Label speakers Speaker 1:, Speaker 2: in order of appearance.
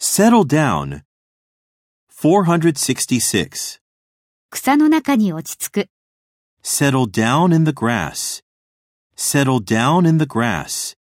Speaker 1: Settle down. 466.
Speaker 2: 草の中に落ち着く。
Speaker 1: Settle down in the grass. Settle down in the grass.